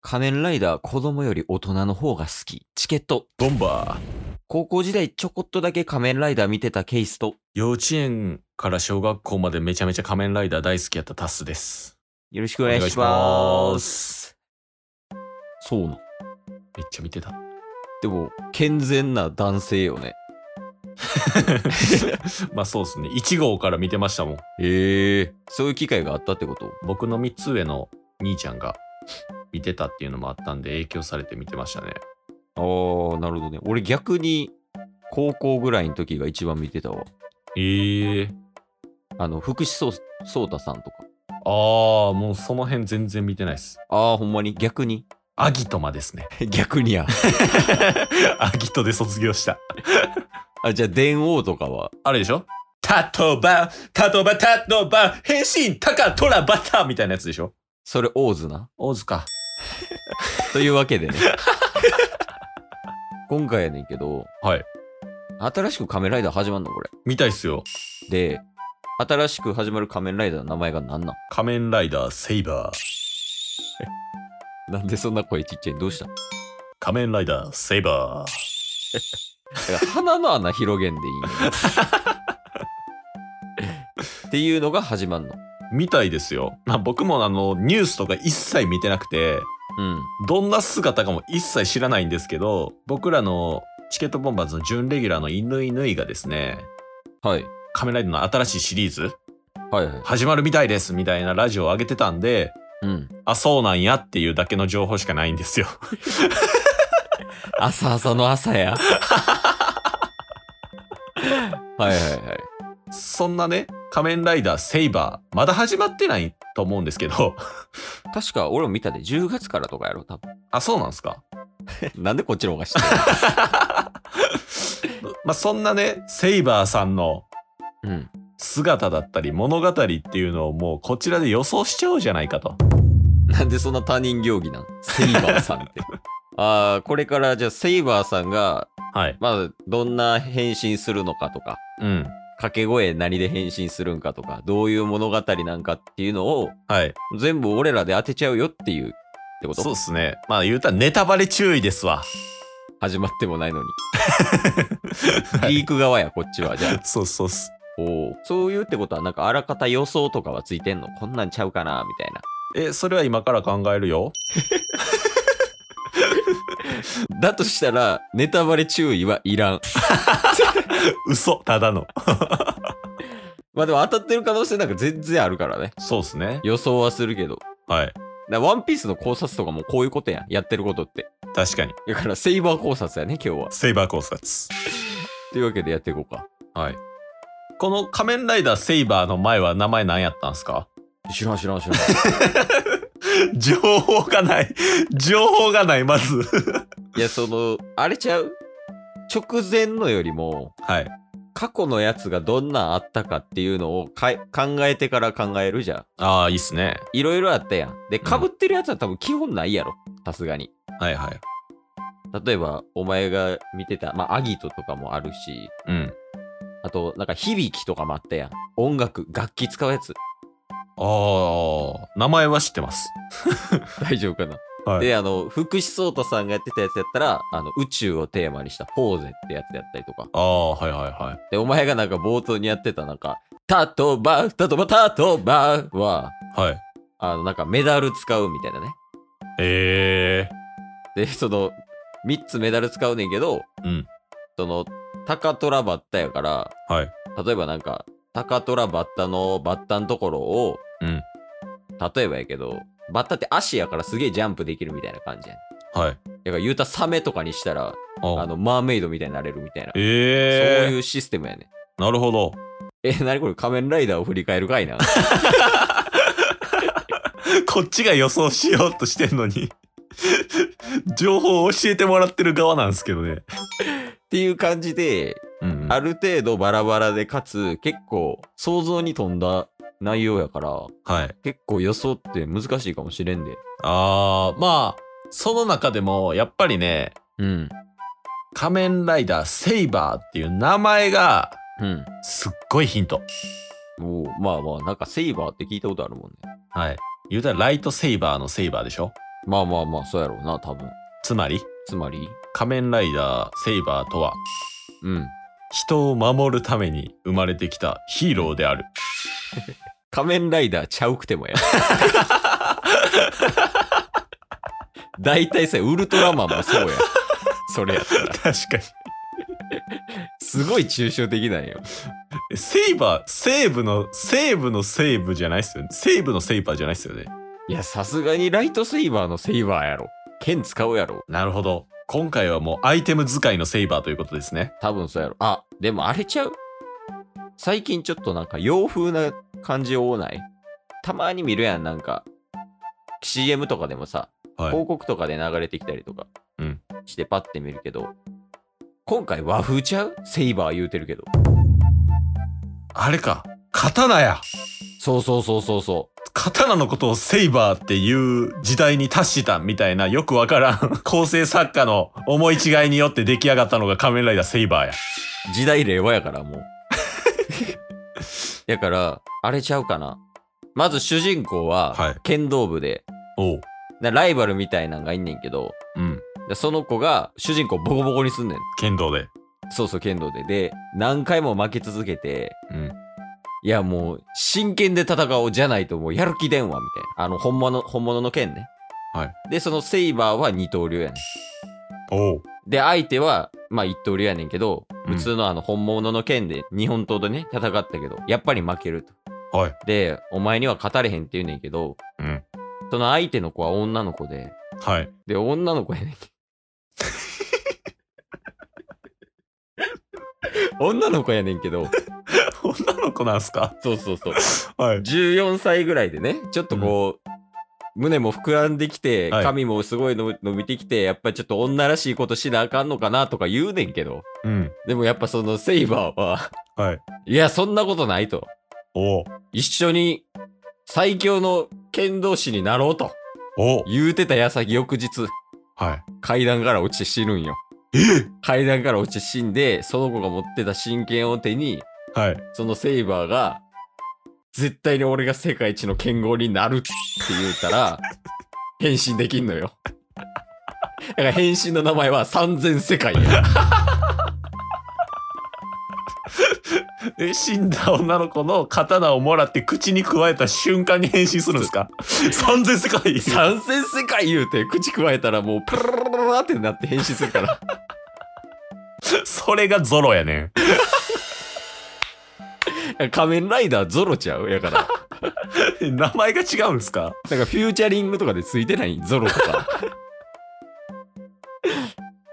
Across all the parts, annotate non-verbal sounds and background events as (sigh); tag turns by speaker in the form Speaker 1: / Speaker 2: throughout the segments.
Speaker 1: 仮面ライダー子供より大人の方が好き。チケット。
Speaker 2: ボンバー。
Speaker 1: 高校時代ちょこっとだけ仮面ライダー見てたケースと、
Speaker 2: 幼稚園から小学校までめちゃめちゃ仮面ライダー大好きやったタスです。
Speaker 1: よろしくお願いしま。
Speaker 2: お願いします
Speaker 1: そうなん。
Speaker 2: めっちゃ見てた。
Speaker 1: でも、健全な男性よね。
Speaker 2: まあそうですね。1号から見てましたもん。
Speaker 1: へえ。そういう機会があったってこと
Speaker 2: 僕の3つ上の兄ちゃんが見てたっていうのもあったんで影響されて見てましたね。
Speaker 1: ああ、なるほどね。俺逆に、高校ぐらいの時が一番見てたわ。
Speaker 2: ええ
Speaker 1: あの、福士蒼蒼太さんとか。
Speaker 2: ああ、もうその辺全然見てないです。
Speaker 1: ああ、ほんまに逆に
Speaker 2: アギトマですね。
Speaker 1: (laughs) 逆にや。
Speaker 2: アギトで卒業した。
Speaker 1: あ、じゃあ、電王とかは
Speaker 2: あれでしょタトバ、タトバ、タトバ、変身、タカ、トラ、バタみたいなやつでしょ
Speaker 1: それオーズな。
Speaker 2: 大塚。
Speaker 1: というわけ
Speaker 2: (laughs)
Speaker 1: でね。今回やねんけど、
Speaker 2: はい。
Speaker 1: 新しく仮面ライダー始まんのこれ。
Speaker 2: 見たいっすよ。
Speaker 1: で、新しく始まる仮面ライダーの名前が何なん
Speaker 2: 仮面ライダー、セイバー。
Speaker 1: なんでそんな声ちっちゃいどうしただ
Speaker 2: 仮面ライダー、セイバー。
Speaker 1: から鼻の穴広げんでいいんよ
Speaker 2: (laughs)
Speaker 1: っていうのが始まんの。
Speaker 2: 見たいですよ。まあ僕もあの、ニュースとか一切見てなくて、
Speaker 1: うん。
Speaker 2: どんな姿かも一切知らないんですけど、僕らのチケットボンバーズの準レギュラーのイヌイヌイがですね、
Speaker 1: はい。
Speaker 2: 仮面ライダーの新しいシリーズ、
Speaker 1: はいはい。
Speaker 2: 始まるみたいですみたいなラジオを上げてたんで、
Speaker 1: うん。
Speaker 2: あ、そうなんやっていうだけの情報しかないんですよ。 (laughs)
Speaker 1: 朝朝の朝
Speaker 2: (laughs)
Speaker 1: や。はいはいはい。
Speaker 2: そんなね、仮面ライダーセイバー、まだ始まってないと思うんですけど、
Speaker 1: 確か俺も見たで、10月からとかやろ、多分。
Speaker 2: あ、そうなんですか
Speaker 1: なんでこっちの方が知って
Speaker 2: まあ、そんなね、セイバーさんの
Speaker 1: るうん。
Speaker 2: 姿だったり物語っていうのをもうこちらで予想しちゃおうじゃないかと。
Speaker 1: (laughs) なんでそんな他人行儀なんセイバーさん
Speaker 2: (laughs)
Speaker 1: って。ああ、これからじゃあセイバーさんが、
Speaker 2: はい。
Speaker 1: まあ、どんな変身するのかとか、
Speaker 2: うん。
Speaker 1: 掛け声何で変身するんかとか、どういう物語なんかっていうのを、
Speaker 2: はい。
Speaker 1: 全部俺らで当てちゃうよっていう、ってこと
Speaker 2: そうっすね。まあ言うたらネタバレ注意ですわ。
Speaker 1: 始まってもないの
Speaker 2: (laughs)
Speaker 1: に。リーク側や、こっちは。じゃあ。 (laughs)
Speaker 2: そうそうっす。
Speaker 1: おお。そういうってことは、なんかあらかた予想とかはついてんのこんなんちゃうかなみたいな。
Speaker 2: え、それは今から考えるよ。
Speaker 1: だとしたら、ネタバレ注意はいらん。
Speaker 2: 嘘、ただの。
Speaker 1: まあでも当たってる可能性なんか全然あるからね。
Speaker 2: そうっすね。
Speaker 1: 予想はするけど。
Speaker 2: はい。
Speaker 1: だからワンピースの考察とかもこういうことやん。やってることって。
Speaker 2: 確かに。
Speaker 1: だからセイバー考察やね、今日は。
Speaker 2: セイバー考察。
Speaker 1: というわけでやっていこうか。
Speaker 2: はい。この仮面ライダーセイバーの前は名前何やったんすか
Speaker 1: 知らん知らん知 (laughs) らん。
Speaker 2: (laughs) 情報がない。情報がない、まず。
Speaker 1: いや、その、あれちゃう直前のよりも、
Speaker 2: (laughs) はい。
Speaker 1: 過去のやつがどんなんあったかっていうのをかい考えてから考えるじゃん。
Speaker 2: ああ、いいっすね。
Speaker 1: いろいろあったやん。で、被ってるやつは多分基本ないやろ。さすがに。
Speaker 2: はいはい。
Speaker 1: 例えば、お前が見てた、まあ、アギトとかもあるし、
Speaker 2: うん。
Speaker 1: あと、なんか、響きとかもあったやん。音楽、楽器使うやつ。
Speaker 2: ああ、名前は知ってます。
Speaker 1: 大丈夫かな、
Speaker 2: はい
Speaker 1: で、あの、福士蒼太さんがやってたやつやったら、あの、宇宙をテーマにしたポーゼってやつやったりとか。
Speaker 2: ああ、はいはいはい。
Speaker 1: で、お前がなんか冒頭にやってた、なんか、タトバ、タトバ、タトバは、
Speaker 2: はい。
Speaker 1: あの、なんかメダル使うみたいなね。
Speaker 2: ええ
Speaker 1: で、その、3つメダル使うねんけど、
Speaker 2: うん
Speaker 1: その、タカトラバッタやから、
Speaker 2: はい。
Speaker 1: 例えばなんか、タカトラバッタのバッタのところを、
Speaker 2: うん
Speaker 1: 例えばやけど、バッタって足やからすげえジャンプできるみたいな感じやん。
Speaker 2: は
Speaker 1: だ
Speaker 2: い。
Speaker 1: から言うたらサメとかにしたら、あ
Speaker 2: あ
Speaker 1: の、マーメイドみたいになれるみたいな。
Speaker 2: ええ
Speaker 1: そういうシステムやね。 (laughs)
Speaker 2: なるほど。 (laughs)
Speaker 1: え、なにこれ仮面ライダーを振り返るかいな。
Speaker 2: こっちが予想しようとしてんのに。 (laughs) 情報を教えてもらってる側なんですけどね。
Speaker 1: っていう感じで、
Speaker 2: うん
Speaker 1: ある程度バラバラで、かつ結構想像に富んだ内容やから、
Speaker 2: はい。
Speaker 1: 結構予想って難しいかもしれんで。
Speaker 2: ああ、まあ、その中でも、やっぱりね、
Speaker 1: うん。
Speaker 2: 仮面ライダーセイバーっていう名前が、
Speaker 1: うん。
Speaker 2: すっごいヒント。
Speaker 1: おうまあまあ、なんかセイバーって聞いたことあるもんね。
Speaker 2: はい。言うたらライトセイバーのセイバーでしょ
Speaker 1: まあまあまあ、そうやろうな、多分。
Speaker 2: つまり、
Speaker 1: つまり、
Speaker 2: 仮面ライダーセイバーとは、
Speaker 1: うん。
Speaker 2: 人を守るために生まれてきたヒーローである。
Speaker 1: 仮面ライダーちゃうくても
Speaker 2: (laughs)
Speaker 1: や。大体さ、ウルトラマンもそうや。それやったら。
Speaker 2: 確かに。
Speaker 1: すごい抽象的なんよ。
Speaker 2: えセイバー、セーブの、セーブのセーブじゃないっすよね。セーブのセイバーじゃないっすよね。
Speaker 1: いや、さすがにライトセイバーのセイバーやろ。剣使うやろ。
Speaker 2: なるほど。今回はもうアイテム使いのセイバーということですね。
Speaker 1: 多分そうやろ。あ、でもあれちゃう最近ちょっとなんか洋風な感じ多ないたまに見るやん、なんか。CM とかでもさ、
Speaker 2: はい。
Speaker 1: 広告とかで流れてきたりとか
Speaker 2: うん
Speaker 1: してパッて見るけど、今回和風ちゃうセイバー言うてるけど。
Speaker 2: あれか。刀や。
Speaker 1: そうそうそうそうそう。
Speaker 2: 刀のことをセイバーっていう時代に達したみたいなよくわからん構成作家の思い違いによって出来上がったのが仮面ライダーセイバーや。
Speaker 1: 時代令和やから
Speaker 2: (laughs)
Speaker 1: もう。だから、あれちゃうかな。まず主人公
Speaker 2: は
Speaker 1: はい剣道部で、
Speaker 2: おう。
Speaker 1: なライバルみたいなんがいんねんけど、
Speaker 2: うん。
Speaker 1: でその子が主人公ボコボコにすんねん。
Speaker 2: 剣道で。
Speaker 1: そうそう、剣道で。で、何回も負け続けて、
Speaker 2: うん。
Speaker 1: いやもう、真剣で戦おうじゃないともうやる気電話みたいな。あの、本物の、本物の剣ね。
Speaker 2: はい。
Speaker 1: で、そのセイバーは二刀流やね
Speaker 2: おう。
Speaker 1: ん。で、相手は、まあ一刀流やねんけど、
Speaker 2: うん
Speaker 1: 普通のあの、本物の剣で日本刀でね、戦ったけど、やっぱり負けると。
Speaker 2: はい。
Speaker 1: で、お前には勝たれへんって言うねんけど、
Speaker 2: うん。
Speaker 1: その相手の子は女の子で、
Speaker 2: はい。
Speaker 1: で、女の子やねんけど。女の子やねんけど、
Speaker 2: (laughs) 女の子なんすか
Speaker 1: そうそうそう。
Speaker 2: はい。
Speaker 1: 14歳ぐらいでね、ちょっとこう、胸も膨らんできて、
Speaker 2: はい
Speaker 1: 髪もすごいの伸びてきて、やっぱりちょっと女らしいことしなあかんのかなとか言うねんけど、
Speaker 2: うん。
Speaker 1: でもやっぱそのセイバーは、
Speaker 2: はい。
Speaker 1: いや、そんなことないと。
Speaker 2: おう。
Speaker 1: 一緒に最強の剣道士になろうと
Speaker 2: おう。
Speaker 1: 言うてた矢先翌日、
Speaker 2: はい。
Speaker 1: 階段から落ちて死ぬんよ。
Speaker 2: え
Speaker 1: 階段から落ちて死んで、その子が持ってた真剣を手に、
Speaker 2: はい。
Speaker 1: そのセイバーが、絶対に俺が世界一の剣豪になるって言うたら、変身できんのよ。だから変身の名前は3000世界や。
Speaker 2: え、死んだ女の子の刀をもらって口に加えた瞬間に変身するんですか (laughs) ?3000 世界
Speaker 1: 3000世界言うて、口くわえたらもうプルルルルルルってなって変身するから。
Speaker 2: それがゾロやねん。
Speaker 1: 仮面ライダーゾロちゃうやから。だか
Speaker 2: 名前が違うんですか
Speaker 1: フ
Speaker 2: ら
Speaker 1: ューチャリングとかでついてないゾロと (laughs) か。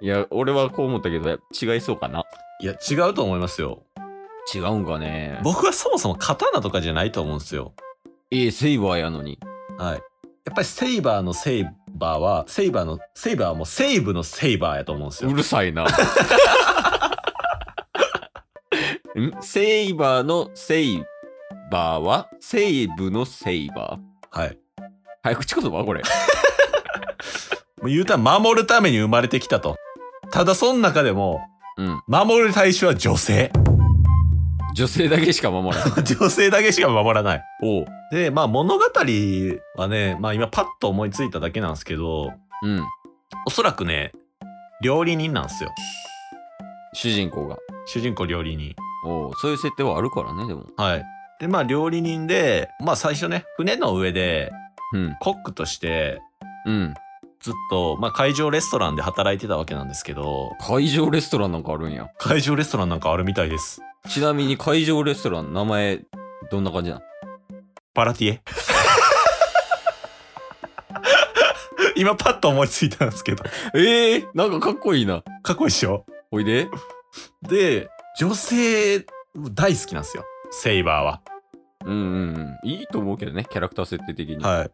Speaker 1: いや、俺はこう思ったけど、やっぱ違いそうかな。
Speaker 2: いや、違うと思いますよ。
Speaker 1: 違うんかね。
Speaker 2: 僕はそもそも刀とかじゃないと思うんですよ。
Speaker 1: ええ、セイバーやのに。
Speaker 2: はい。やっぱりセイバーのセイバーは、セイバーの、セイバーはもうセイブのセイバーやと思うんですよ
Speaker 1: う。るさい (laughs) な。んセイバーのセイバーはセイブのセイバー。
Speaker 2: はい。
Speaker 1: 早口言葉これ。
Speaker 2: もう言うたら守るために生まれてきたと。ただその中でも、
Speaker 1: (laughs) うん。
Speaker 2: 守る対象は女性。
Speaker 1: 女性だけしか守らない。
Speaker 2: (laughs) 女性だけしか守らない。
Speaker 1: おう。
Speaker 2: で、まあ物語はね、まあ今パッと思いついただけなんですけど、
Speaker 1: うん。
Speaker 2: おそらくね、料理人なんですよ。
Speaker 1: 主人公が。
Speaker 2: 主人公料理人。
Speaker 1: おう。そういう設定はあるからね、でも。
Speaker 2: はい。で、まあ料理人で、まあ最初ね、船の上で
Speaker 1: うん。
Speaker 2: コックとして
Speaker 1: うん。
Speaker 2: ずっと、まあ会場レストランで働いてたわけなんですけど、
Speaker 1: 会場レストランなんかあるんや。
Speaker 2: 会場レストランなんかあるみたいです。
Speaker 1: ちなみに会場レストランの名前、どんな感じなの
Speaker 2: パラティ
Speaker 1: (laughs)
Speaker 2: エ。今パッと思いついたんですけど、
Speaker 1: ええなんかかっこいいな。
Speaker 2: かっこいいっしょ
Speaker 1: おいで。
Speaker 2: で、女性大好きなんですよ。セイバーは。
Speaker 1: うんうんうん。いいと思うけどね、キャラクター設定的に。
Speaker 2: はい。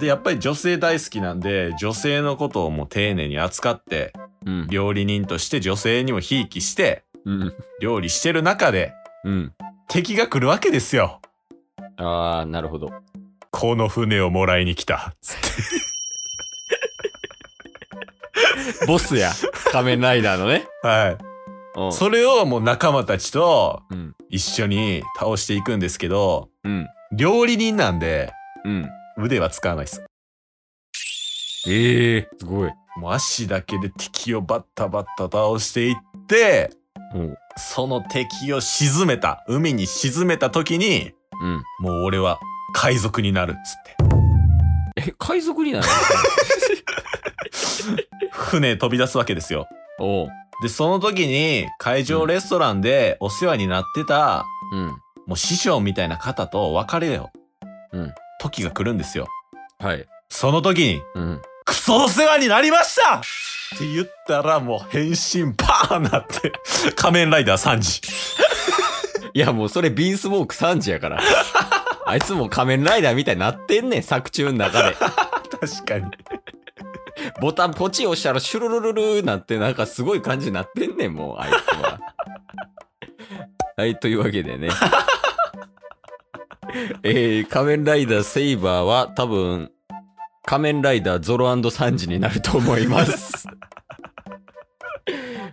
Speaker 2: で、やっぱり女性大好きなんで、女性のことをもう丁寧に扱って、
Speaker 1: うん。
Speaker 2: 料理人として女性にもひいきして、
Speaker 1: うん。
Speaker 2: 料理してる中で、
Speaker 1: うん。
Speaker 2: 敵が来るわけですよ。
Speaker 1: ああ、なるほど。
Speaker 2: この船をもらいに来た。
Speaker 1: (laughs) ボスや、仮面ライダーのね。
Speaker 2: は
Speaker 1: う
Speaker 2: い。それをもう仲間たちと
Speaker 1: うん。
Speaker 2: 一緒に倒していくんですけど、
Speaker 1: うん。
Speaker 2: 料理人なんで
Speaker 1: うん。
Speaker 2: 腕は使わないです。
Speaker 1: ええすごい。
Speaker 2: もう足だけで敵をバッタバッタ倒していって、
Speaker 1: うん。
Speaker 2: その敵を沈めた、海に沈めた時に、
Speaker 1: うん。
Speaker 2: もう俺は海賊になるっつって。
Speaker 1: え、海賊になる
Speaker 2: 船飛び出すわけですよ。
Speaker 1: (laughs) おう。
Speaker 2: で、その時に会場レストランでお世話になってた、
Speaker 1: うん。
Speaker 2: もう師匠みたいな方と別れよ。
Speaker 1: うん。
Speaker 2: 時が来るんですよ。
Speaker 1: はい。
Speaker 2: その時に、
Speaker 1: うん。
Speaker 2: クソお世話になりましたって言ったらもう変身パーンなって、仮面ライダー3時。
Speaker 1: いや、もうそれビースモーク3時や (laughs) から。あいつも仮面ライダーみたいになってんねん、作中の中で。
Speaker 2: 確かに。
Speaker 1: ボタンポチ押したらシュルルルルーなんてなんかすごい感じになってんねん、もう、あいつは。 (laughs) はい、というわけでね。 (laughs) えー、仮面ライダーセイバーは多分、仮面ライダーゾロサンジになると思い (laughs) ます。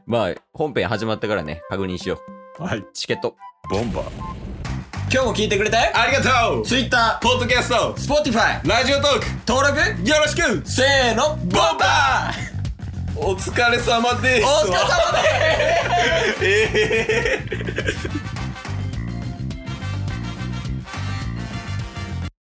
Speaker 1: まあ、本編始まったからね、確認しよう。
Speaker 2: はい。
Speaker 1: チケット。
Speaker 2: ボンバー。
Speaker 1: 今日も聞いてくれて
Speaker 2: ありがとう
Speaker 1: Twitter、
Speaker 2: ポッドキャスト
Speaker 1: Spotify、
Speaker 2: ラジオトーク
Speaker 1: 登録、
Speaker 2: よろしく
Speaker 1: せーの、ボンバー
Speaker 2: お疲れ様です
Speaker 1: お疲れ様です
Speaker 2: ええ